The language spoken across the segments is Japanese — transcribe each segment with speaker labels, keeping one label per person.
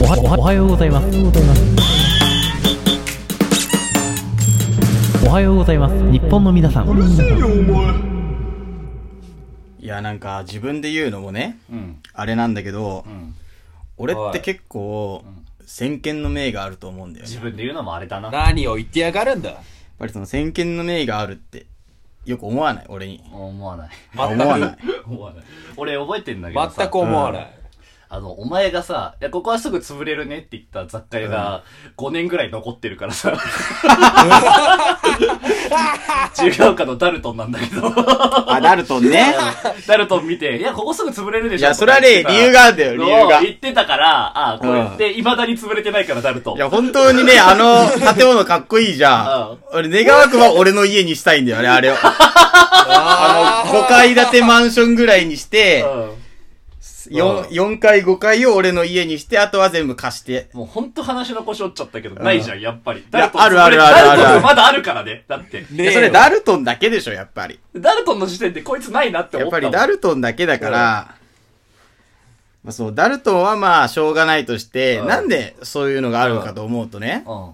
Speaker 1: おはおはようございます。おはようございます。日本の皆さん。
Speaker 2: いや、なんか、自分で言うのもね、
Speaker 3: うん
Speaker 2: あれなんだけど、
Speaker 3: うん
Speaker 2: 俺って結構、先見の明があると思うんだよね。
Speaker 3: 自
Speaker 2: やっ
Speaker 3: 分で言うのもあれだな
Speaker 4: 何を言ってやがるんだ
Speaker 2: ぱりその先見の明があるって、よく思わない、俺に。
Speaker 3: 思わない
Speaker 4: 全
Speaker 2: 思わない
Speaker 4: く、。
Speaker 3: 思わない俺覚えてんだけどさ
Speaker 4: 全く思わない。
Speaker 3: あのお前がさ「いやここはすぐ潰れるね」って言った雑貨屋が5年ぐらい残ってるか らさ違うかのダルトンなんだけど
Speaker 2: あ、ダルトンね。
Speaker 3: ダルトン見て「いやここすぐ潰れるでし ょ」
Speaker 2: いや、それはね、理由があるんだよ、理由が。
Speaker 3: 言
Speaker 2: い
Speaker 3: ってたからああこれって未だに潰れてないからダルトン
Speaker 2: や、本当にね、あの、建物かっこいいじゃ
Speaker 3: うん
Speaker 2: ん。俺、願わくは俺の家にしたいんだよね、あれ を。あの、5階建てマンションぐらいにして、
Speaker 3: うん
Speaker 2: 4、4階5階を俺の家にして、あとは全部貸して。
Speaker 3: もうほんと話の腰折っちゃったけど、ないじゃん、やっぱり。
Speaker 2: や
Speaker 3: ダルトン
Speaker 2: あるあるあるある
Speaker 3: ダルトンまだあるからね。だって。
Speaker 4: ねえ
Speaker 2: いやそれダルトンだけでしょ、やっぱり。
Speaker 3: ダルトンの時点でこいつないなって
Speaker 2: やっ
Speaker 3: 思った
Speaker 2: ぱ
Speaker 3: もん。
Speaker 2: りダルトンだけだから、まあそう、ダルトンはまあ、しょうがないとして、
Speaker 3: うん
Speaker 2: なんでそういうのがあるのかと思うとね、
Speaker 3: うん。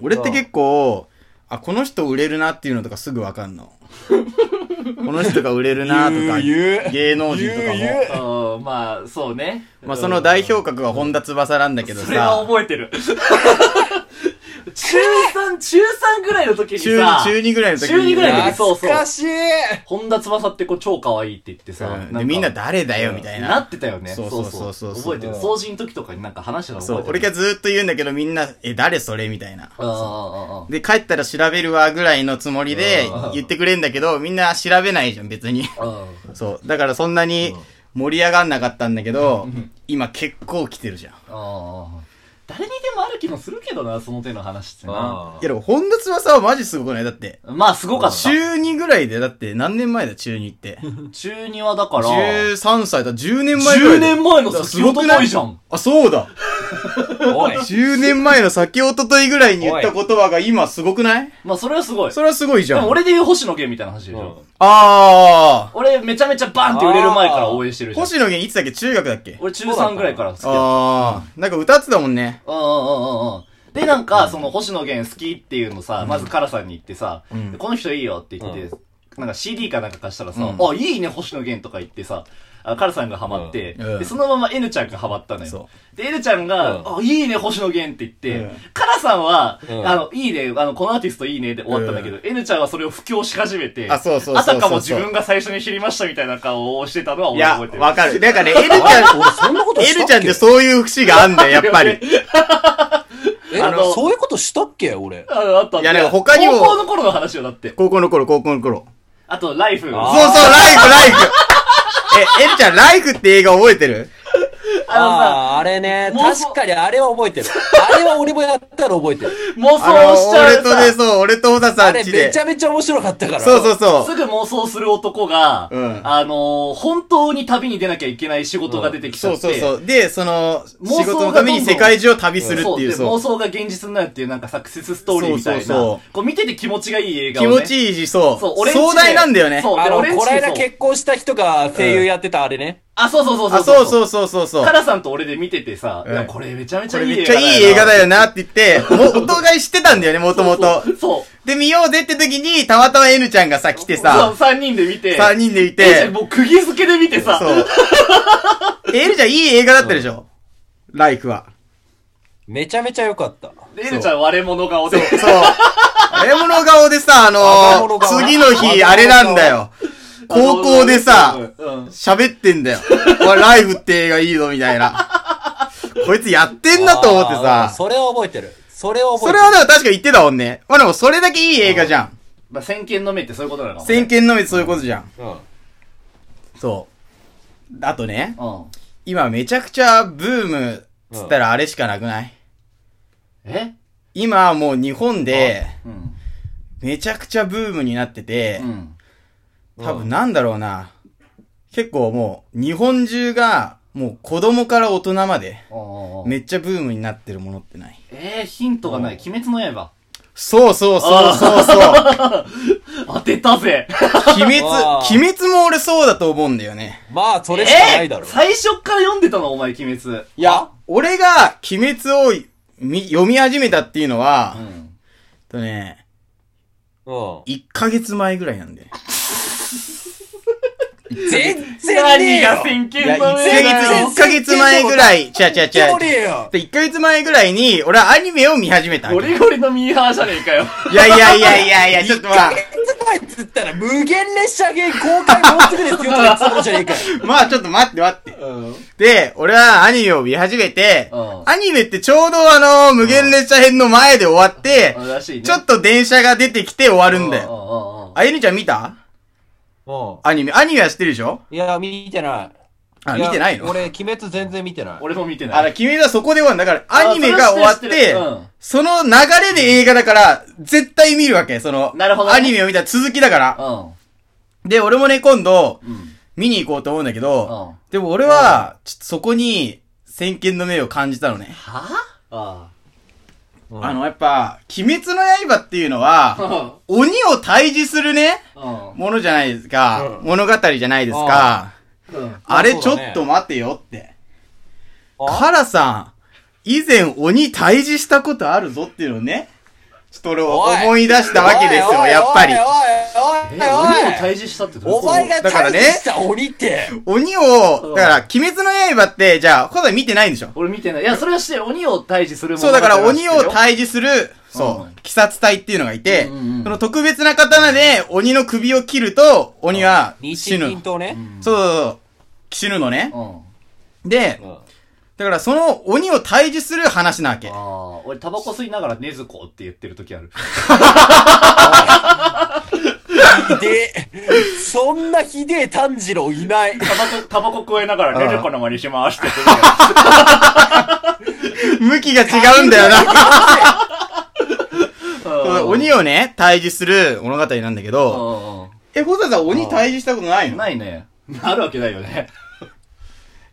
Speaker 2: 俺って結構、あ、この人売れるなっていうのとかすぐわかん の。この人が売れるなとか、
Speaker 4: 言う言う
Speaker 2: 芸能人とか
Speaker 4: 言う言
Speaker 2: も。
Speaker 3: うん、まあ、そうね。
Speaker 2: まあ、その代表格が本田翼なんだけど
Speaker 3: それは
Speaker 2: さ、
Speaker 3: 覚えてる。中3、中3ぐらいの時に
Speaker 2: 中
Speaker 3: さ、
Speaker 2: 中2ぐらいの時に。
Speaker 3: 中二ぐらいの時
Speaker 4: 懐かしい
Speaker 3: 本田翼ってこう超可愛いって言ってさ、
Speaker 2: うんで
Speaker 3: か
Speaker 2: みんな誰だよみたいな
Speaker 3: なってたよね。
Speaker 2: そうそうそうそう
Speaker 3: 覚えてる。掃除の時とかになんか話してたの
Speaker 2: そ
Speaker 3: 覚え
Speaker 2: う、
Speaker 3: て
Speaker 2: 俺
Speaker 3: る。
Speaker 2: がずーっと言うんだけどみんな、え、誰それみたいな。
Speaker 3: うんうんうんうん。
Speaker 2: で、帰ったら調べるわぐらいのつもりで
Speaker 3: うん
Speaker 2: 言ってくれんだけど、みんな調べないじゃん、別に。
Speaker 3: うん
Speaker 2: そう。だからそんなに盛り上がんなかったんだけど、今結構来てるじゃん。
Speaker 3: ああ。誰にでもある気もするけどな、その手の話ってな。
Speaker 4: あ
Speaker 2: いや、でも、本田翼はマジすごくないだって。
Speaker 3: まあ、すごかった。
Speaker 2: 中2ぐらいで、だって何年前だ、中2って。
Speaker 3: 中二はだから、10
Speaker 2: 13歳だ、10年前ぐらいだよ。
Speaker 3: 年前のさ、
Speaker 2: すごくない
Speaker 3: いじゃん。
Speaker 2: あ、そうだ。
Speaker 4: ーおい
Speaker 2: 10年前の先おとといぐらいに言った言葉が今すごくない
Speaker 3: まあ、それはすごい。
Speaker 2: それはすごいじ
Speaker 3: で
Speaker 2: ゃん。
Speaker 3: も俺で言う星野源みたいな話でしょ。
Speaker 2: あ
Speaker 3: 俺、めちゃめちゃバンって売れる前から応援してる
Speaker 2: ー。
Speaker 3: じゃん。
Speaker 2: 星野源いつだっけ中学だっけ
Speaker 3: 俺、中3ぐらいから好きだった。
Speaker 2: あー。なんか歌ってたもんね。
Speaker 3: うんうんうんうん。で、なんか、その、星野源好きっていうのさ、まずカラさんに言ってさ、
Speaker 2: ん
Speaker 3: この人いいよって言って、なんか CD かなんか貸したらさ、
Speaker 2: うん
Speaker 3: あ、いいね、星野源とか言ってさ、あカラさんがハマって、
Speaker 2: うん
Speaker 3: で、そのまま N ちゃんがハマったのよ
Speaker 2: そ。
Speaker 3: で、N ちゃんが、
Speaker 4: う
Speaker 3: あ、いいね、星野源って言って、
Speaker 2: うん
Speaker 3: カラさんは、
Speaker 4: うん
Speaker 3: あの、いいね、あの、このアーティストいいねで終わったんだけど、N ちゃんはそれを布教し始めて、
Speaker 2: あそうそうそう
Speaker 3: あ
Speaker 2: そう
Speaker 3: たかも自分が最初に知りましたみたいな顔をしてたのはい俺
Speaker 2: や、
Speaker 3: 覚えてる。
Speaker 2: わかる。だからね、エルち ゃん、
Speaker 4: 俺そんなこと
Speaker 2: エ
Speaker 4: した
Speaker 2: ル
Speaker 4: っ
Speaker 2: ち
Speaker 4: け
Speaker 2: ゃんってそういう節があんだよ、やっぱり。
Speaker 4: え
Speaker 3: あの
Speaker 4: そういうことしたっけ俺
Speaker 3: ああったあった
Speaker 2: いやなんか他にも
Speaker 3: 高校の頃の話よ、だって。
Speaker 2: 高校の頃、高校の頃。
Speaker 3: あと、ライ
Speaker 2: そ
Speaker 3: フ。
Speaker 2: う
Speaker 4: あ
Speaker 2: そう、ライフ、ライフ。 え、エルちゃん、ライフって映画覚えてる
Speaker 4: ああーあれね
Speaker 3: もう
Speaker 4: 確かにあれは覚えてるあれは俺もやったら覚えてる
Speaker 3: 妄想しち
Speaker 2: あの、
Speaker 3: ゃ
Speaker 2: 俺
Speaker 3: う
Speaker 2: とね、
Speaker 3: さ。
Speaker 2: そう、俺と小田さ
Speaker 4: あ
Speaker 2: ん
Speaker 4: れ
Speaker 2: ち
Speaker 4: め
Speaker 2: で
Speaker 4: ち。ゃめちゃ面白かったから
Speaker 2: そうそうそ
Speaker 3: す
Speaker 2: う。
Speaker 3: ぐ妄想する男が、
Speaker 2: うん
Speaker 3: あのー本当に旅に出なきゃいけない仕事が出てきちゃ
Speaker 2: そ
Speaker 3: っ
Speaker 2: う
Speaker 3: て、
Speaker 2: そうそう。で、その、
Speaker 3: 妄想が
Speaker 2: 仕事のために世界中を旅するって
Speaker 3: そう
Speaker 2: いう、
Speaker 3: で妄
Speaker 2: そう。
Speaker 3: 想が現実になるっていうなんかサクセスストーリーみたいな。
Speaker 2: そうそうそう
Speaker 3: こう見てて気持ちがいい映画
Speaker 2: 気
Speaker 3: を、ね。
Speaker 2: 持ちいいし、そ
Speaker 3: そう、
Speaker 2: う。
Speaker 3: 俺んちで
Speaker 2: 壮大なんだよね。
Speaker 3: そう、で
Speaker 4: あの
Speaker 3: 俺んちで
Speaker 4: こないだ
Speaker 3: そう
Speaker 4: 結婚した人が声優やってたあれね
Speaker 3: あ、そうそうそうそう
Speaker 2: あ、そうそうそうそうそう。
Speaker 3: カラさんと俺で見ててさ、
Speaker 2: うん
Speaker 3: いやこれめちゃめち
Speaker 2: こ
Speaker 3: ゃ
Speaker 2: れ
Speaker 3: いい
Speaker 2: めっ
Speaker 3: 映
Speaker 2: ちゃ
Speaker 3: 画だよな。
Speaker 2: いい映画だよなって言って、もお互い知ってたんだよね、もともと
Speaker 3: そ。うそう。
Speaker 2: で、見ようぜって時に、たまたま N ちゃんがさ、来て
Speaker 3: そう、
Speaker 2: さ、
Speaker 3: 3人で見て。
Speaker 2: 3人でい
Speaker 3: え
Speaker 2: て、
Speaker 3: もう釘付けで見てさ、
Speaker 2: そう。 え N ちゃんいい映画だったでしょライフは。
Speaker 4: めちゃめちゃ良かった
Speaker 3: エルちゃん割れ物顔で。
Speaker 2: そう。あれもの顔でさ、あ
Speaker 4: あれ
Speaker 2: の
Speaker 4: もの顔
Speaker 2: 次の日、あれなんだよ。高校でさ、
Speaker 3: うん
Speaker 2: 喋ってんだよ。おい、ライフって映画いいぞ、みたいな。こいつやってんなと思って
Speaker 4: あ
Speaker 2: さ
Speaker 4: ー。それは覚えてるそれは
Speaker 2: そ
Speaker 4: 覚えて
Speaker 2: れ
Speaker 4: る
Speaker 2: はでも確か言ってたもんね。まあでもそれだけいい映画じゃん。
Speaker 3: まあ、先見の目ってそういうことなのかもね
Speaker 2: 先見の目そういうことじゃん。
Speaker 4: うん
Speaker 2: そう。あとね、
Speaker 3: うん。
Speaker 2: 今めちゃくちゃブーム、つったらあれしかなくない
Speaker 3: え
Speaker 2: 今もう日本で、
Speaker 3: うん。
Speaker 2: めちゃくちゃブームになってて、
Speaker 3: うん。
Speaker 2: 多分なんだろうな。結構もう、日本中が、もう子供から大人まで、
Speaker 3: おーおーおー
Speaker 2: めっちゃブームになってるものってない。
Speaker 3: えー、ヒントがない。鬼滅の刃。
Speaker 2: そうそうそうそうそう。
Speaker 3: 当てたぜ。
Speaker 2: 鬼滅
Speaker 4: わあ、
Speaker 2: 鬼滅も俺そうだと思うんだよね。
Speaker 4: まあ、それしかな
Speaker 3: え
Speaker 4: いだろ。
Speaker 3: 最初から読んでたのお前、鬼滅。
Speaker 2: いや、俺が鬼滅をみ読み始めたっていうのは、
Speaker 3: うん。
Speaker 2: とね、
Speaker 4: う
Speaker 2: 1ヶ月前ぐらいなんで。
Speaker 4: ん。全然ね
Speaker 3: 何
Speaker 4: えよ
Speaker 3: が先見
Speaker 2: いや、1
Speaker 3: の
Speaker 2: ヶ
Speaker 3: 明だよ。
Speaker 2: 月、一ヶ月前ぐらい、ちゃちゃちゃ。
Speaker 4: 全然ねえよ
Speaker 2: で、1ヶ月前ぐらいに、俺はアニメを見始めたわ
Speaker 3: ゴ
Speaker 2: け。い
Speaker 3: リゴリのミーハーじゃねえかよ。
Speaker 2: やいやいやいやいや、ちょっとまあ、
Speaker 4: 前っつったら、無限列車ゲー公開もうすぐですよとか言ってたことじゃねえかよ。
Speaker 2: まあちょっと待って待って。
Speaker 3: うん。
Speaker 2: で、俺はアニメを見始めて、
Speaker 3: うん
Speaker 2: アニメってちょうどあの、無限列車編の前で終わって、
Speaker 3: らしいね。
Speaker 2: ちょっと電車が出てきて終わるんだよ。
Speaker 3: よ。
Speaker 2: あゆりちゃん見た
Speaker 4: う
Speaker 2: アニメ。アニメは知ってるでしょ
Speaker 4: ん。いや、見てない。
Speaker 2: あ、
Speaker 4: いや
Speaker 2: 見てないの
Speaker 4: 俺、鬼滅全然見てない。
Speaker 3: 俺も見てない。
Speaker 2: あら、君はそこで終わるんだから、
Speaker 3: あ
Speaker 2: アニメが終わっ
Speaker 3: それは知って
Speaker 2: て
Speaker 3: るうん、
Speaker 2: その流れで映画だから、絶対見るわけ。その、
Speaker 3: なるほどね
Speaker 2: アニメを見た続きだから。
Speaker 3: う
Speaker 2: で、俺もね、今度、
Speaker 3: ん。うん。
Speaker 2: 見に行こうと思うんだけ
Speaker 3: うん
Speaker 2: ど、でも俺は、ちょっとそこに、先見の明を感じたのね。
Speaker 3: はあ
Speaker 4: うん
Speaker 2: あの、やっぱ、鬼滅の刃っていうのは、
Speaker 3: あ。
Speaker 2: 鬼を退治するね、
Speaker 3: う
Speaker 2: ものじゃないですか。
Speaker 4: うん
Speaker 2: 物語じゃないですか。
Speaker 3: ん。うん。
Speaker 2: あれ、ち
Speaker 4: そ
Speaker 2: ょ
Speaker 4: うだね
Speaker 2: っと待てよって。
Speaker 4: あ
Speaker 2: カラさん、以前鬼退治したことあるぞっていうのをね、ちょっと俺を
Speaker 4: おい
Speaker 2: 思い出したわけですよ、
Speaker 4: おい
Speaker 2: やっぱり
Speaker 4: おい。
Speaker 3: え、
Speaker 4: おい
Speaker 3: 鬼を
Speaker 4: おいおい
Speaker 3: 退治したってどういう
Speaker 4: お
Speaker 3: こと
Speaker 4: 前が
Speaker 2: だから
Speaker 4: 退
Speaker 2: ね
Speaker 4: 治した鬼って。
Speaker 2: 鬼
Speaker 3: う
Speaker 2: を、
Speaker 3: ん
Speaker 2: だから、鬼滅の刃って、じゃあ、ほだ見てないんでしょ
Speaker 3: 俺見てない。いや、それはしてる、鬼を退治するも、
Speaker 2: そう、だから鬼を退治する、そううん鬼殺隊っていうのがいて、
Speaker 3: うんうんうん
Speaker 2: その特別な刀で鬼の首を切ると、鬼は
Speaker 4: 日
Speaker 2: 死ぬ。
Speaker 4: 銀刀ね。
Speaker 2: そうそうそう。死ぬのね
Speaker 3: う。ん。あ
Speaker 2: で、
Speaker 4: うん
Speaker 2: だからその鬼を退治する話なわけ。
Speaker 3: あ、俺タバコ吸いながらねずこって言ってる時ある。
Speaker 4: で、そんなひでえ炭治郎いない。
Speaker 3: タバコ、タ バコ食えながらねずこの間にしまーすって言って
Speaker 2: 向きが違うんだよな。
Speaker 3: るから
Speaker 2: そう
Speaker 3: うん
Speaker 2: 鬼をね、退治する物語なんだけど、え、ホザさん鬼退治したことない
Speaker 3: うん。
Speaker 2: のい
Speaker 3: ないね。あるわけないよね。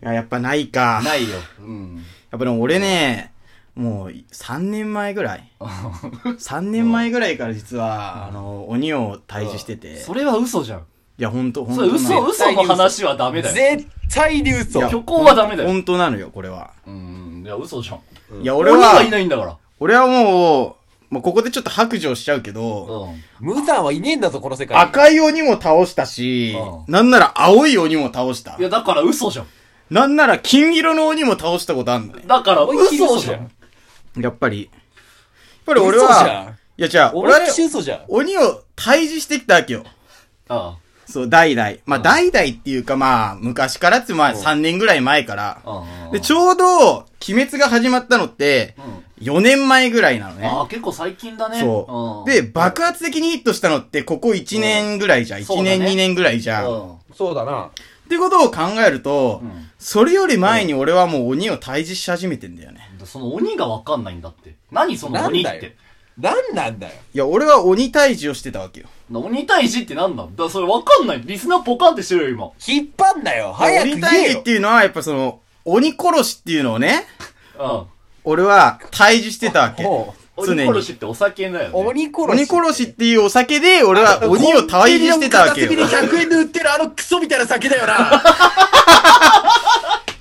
Speaker 2: や、やっぱないか。やっ
Speaker 3: ないよ。うん。
Speaker 2: ぱでも俺ね、もう3年前ぐらい。3年前ぐらいから実は、あの、鬼を退治してて。
Speaker 3: それは嘘じゃん。
Speaker 2: いや、ほんと、ほんと
Speaker 3: それ
Speaker 2: なの。
Speaker 3: 嘘、嘘の話はダメだよ。
Speaker 4: 絶対に嘘
Speaker 2: い。や
Speaker 3: 虚構はダメだよ
Speaker 2: ほんとなのよ、これは。
Speaker 3: うん。いや、嘘じゃん。
Speaker 2: いや、
Speaker 3: 俺
Speaker 2: 俺
Speaker 3: は、
Speaker 2: はい
Speaker 3: ないんだから。
Speaker 2: 俺はもう、もうここでちょっと白状しちゃうけど、
Speaker 3: うん。
Speaker 4: 無惨はいねえんだぞ、この世界に。
Speaker 2: 赤い鬼も倒したし、
Speaker 3: う
Speaker 2: なんなら青い鬼も倒した
Speaker 3: い。や、だから嘘じゃん。
Speaker 2: なんなら金色の鬼も倒したことあんのね。
Speaker 3: だから
Speaker 4: 思いっきり
Speaker 3: 嘘
Speaker 4: 嘘
Speaker 3: じ
Speaker 4: じ
Speaker 3: ゃ
Speaker 4: ゃ
Speaker 3: ん。
Speaker 4: ん
Speaker 2: やっぱり。やっぱり俺
Speaker 4: 嘘じゃ
Speaker 2: は
Speaker 4: ん、
Speaker 2: いやじゃあ、俺
Speaker 4: 俺
Speaker 2: は
Speaker 4: は
Speaker 2: ね、
Speaker 4: 嘘じゃん。
Speaker 2: 鬼を退治してきたわけよ。
Speaker 3: あ
Speaker 2: そう、代々。まあ、代々っていうかまあ、昔からって、まあ、3年ぐらい前から。
Speaker 3: あ。うん
Speaker 2: で、ちょうど、鬼滅が始まったのって、
Speaker 3: うん
Speaker 2: 4年前ぐらいなのね。
Speaker 3: ああ、結構最近だね。
Speaker 2: そう。
Speaker 3: ん
Speaker 2: で、、爆発的にヒットしたのって、ここ1年ぐらいじゃん。
Speaker 3: そう
Speaker 2: 1
Speaker 3: だね
Speaker 2: 年、2年ぐらいじゃん。っ
Speaker 3: う
Speaker 4: そうだな。
Speaker 2: てことを考えると
Speaker 3: うん、
Speaker 2: それより前に俺はもう鬼を退治し始めてんだよね。
Speaker 3: ん。その鬼がわかんないんだって。何その鬼っ
Speaker 4: なんだよ
Speaker 3: て。
Speaker 4: なんなんだよ。
Speaker 2: いや、俺は鬼退治をしてたわけよ。
Speaker 3: 鬼退治ってなんだだからそれわかんない。リスナーポカンってしてるよ、
Speaker 4: 引っ張んなよ。早く
Speaker 2: 鬼
Speaker 4: 言
Speaker 2: 退
Speaker 4: え
Speaker 2: 治っ
Speaker 4: よ
Speaker 2: て。いうのは、やっぱその、鬼殺しっていうのをね、
Speaker 3: 今。
Speaker 2: 俺は退治してたわけ。
Speaker 4: ほ
Speaker 3: うん。
Speaker 2: 常
Speaker 3: 鬼
Speaker 2: に
Speaker 3: 殺しってお酒だよ、ね。
Speaker 4: 鬼殺し。
Speaker 2: 鬼殺しっていうお酒で、俺は鬼を退治してたわけよ。
Speaker 4: コンビニ
Speaker 2: い
Speaker 4: の片隅で100円で売ってるあのクソみたいな酒だ よな。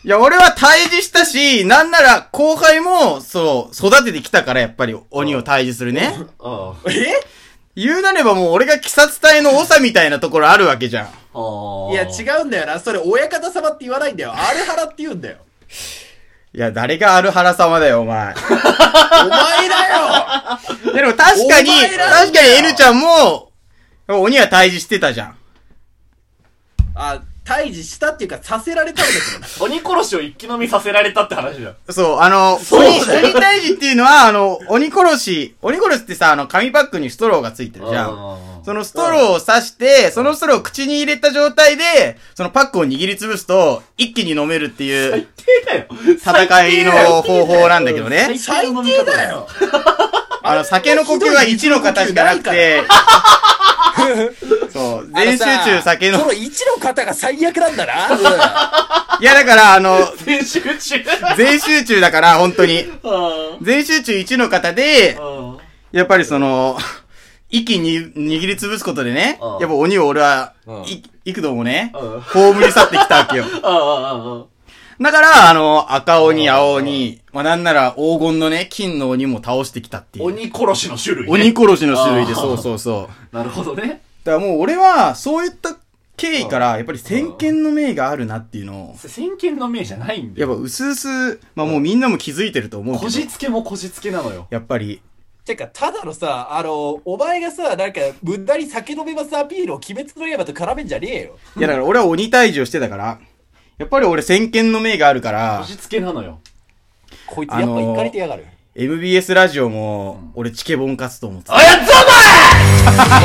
Speaker 2: や、俺は退治したし、なんなら後輩も、そう、育ててきたから、やっぱり鬼を退治するね。
Speaker 3: うん。あ
Speaker 4: え
Speaker 2: 言うなればもう俺が鬼殺隊の長みたいなところあるわけじゃん。
Speaker 3: あ。
Speaker 4: いや、違うんだよな。それ、親方様って言わないんだよ。あれ腹って言うん だよ。
Speaker 2: いや、誰がアルハラ様だよ、お前。
Speaker 4: お前だよ
Speaker 2: いやでも確かに、
Speaker 4: お前ら
Speaker 2: 確かに N ちゃんも、鬼は退治してたじゃん。
Speaker 4: あ、退治したっていうか、させられたんだけ どな。
Speaker 3: 鬼殺しを一気飲みさせられたって話じゃん。
Speaker 2: そう、あの、
Speaker 3: う
Speaker 2: 鬼、鬼退治っていうのは、あの、鬼殺し、鬼殺しってさ、あの、紙パックにストローがついてるじゃ
Speaker 3: あ
Speaker 2: ん
Speaker 3: ー。
Speaker 2: そのストローを刺して、そのストローを口に入れた状態で、そのパックを握りつぶすと、一気に飲めるっていう、
Speaker 3: 低だよ。
Speaker 2: 戦いの方法なんだけどね。
Speaker 4: 最低だよ
Speaker 2: あの、酒の呼吸は1の方しかなくて、そう、全集中酒の
Speaker 4: そ、の一の方が最悪なん だな。
Speaker 2: いやだから、あの、
Speaker 3: 全集中。
Speaker 2: 全集中だから、本当に。
Speaker 3: あ
Speaker 2: 全集中1の方で、
Speaker 3: あ。
Speaker 2: やっぱりその、息に握りつぶすことでね、
Speaker 3: うん
Speaker 2: やっぱ鬼を俺は
Speaker 4: うん、
Speaker 2: い幾度もね
Speaker 3: うん、
Speaker 2: 葬り去ってきたわけよ。
Speaker 3: ああ、ああ、
Speaker 2: だから、あの、赤鬼、青鬼、まあなんなら黄金のね、金の鬼も倒してきたっていう。
Speaker 3: 鬼殺しの種類、ね。
Speaker 2: 鬼殺しの種類で、
Speaker 3: あー
Speaker 2: そうそうそう。
Speaker 3: なるほどね。
Speaker 2: だからもう俺は、そういった経緯から、やっぱり先見の明があるなっていうのを、
Speaker 3: 先見の明じゃないんだ
Speaker 2: やっ
Speaker 3: よ。
Speaker 2: ぱ薄々、まあもうみんなも気づいてると思うけ
Speaker 3: こ
Speaker 2: ど、
Speaker 3: じつけもこじつけなのよ。
Speaker 2: やっぱり、
Speaker 4: てか、ただのさ、あの、お前がさ、なんか、無駄に酒飲めますアピールを鬼滅の刃と絡めんじゃねえよ。
Speaker 2: いやだから俺は鬼退治をしてたから、やっぱり俺先見の明があるから
Speaker 3: こ、じつけなのよ。
Speaker 4: こいつやっぱ行かれてやがる。
Speaker 2: MBS ラジオも、俺チケボン勝つと思ってた。
Speaker 3: あ、やったお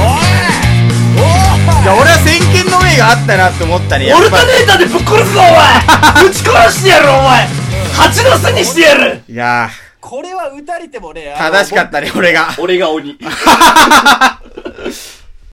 Speaker 2: いや、俺は先見の明があったなって思ったね。
Speaker 3: 前
Speaker 2: や
Speaker 3: オ
Speaker 2: っ
Speaker 3: ル
Speaker 2: ぱ
Speaker 3: タネーターでぶっ殺すぞ、お前ぶち殺してやる、お前蜂の巣にしてやる
Speaker 2: いや
Speaker 4: これは打たれてもね、。
Speaker 2: ー、正しかったたね、俺が。
Speaker 3: 俺が鬼。